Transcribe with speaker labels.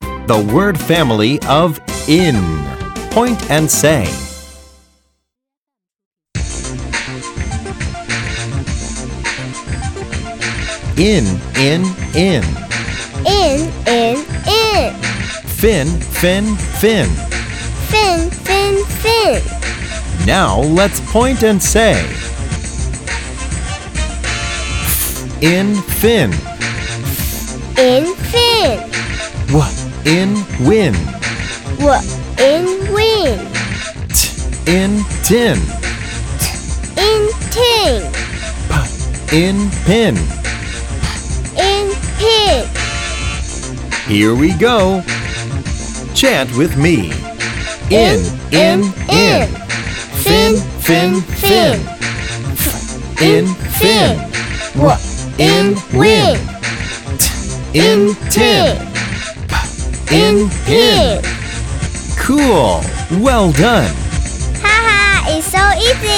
Speaker 1: the word family of in. Point and say. In, in, in.
Speaker 2: In, in, in.
Speaker 1: Fin, fin, fin.
Speaker 2: Fin, fin, fin.
Speaker 1: Now let's point and say. In, fin.
Speaker 2: In, fin.
Speaker 1: W, in, win.
Speaker 2: W, in, win.
Speaker 1: T, in, tin.
Speaker 2: In, ting.
Speaker 1: P, in, pin.
Speaker 2: In, pig.
Speaker 1: Here we go. Chant with me. In, in, in. Fin, fin, fin. In, fin. W, in, win. T, in, tin. P, in, pin. Cool. Well done.
Speaker 2: Haha, it's so easy.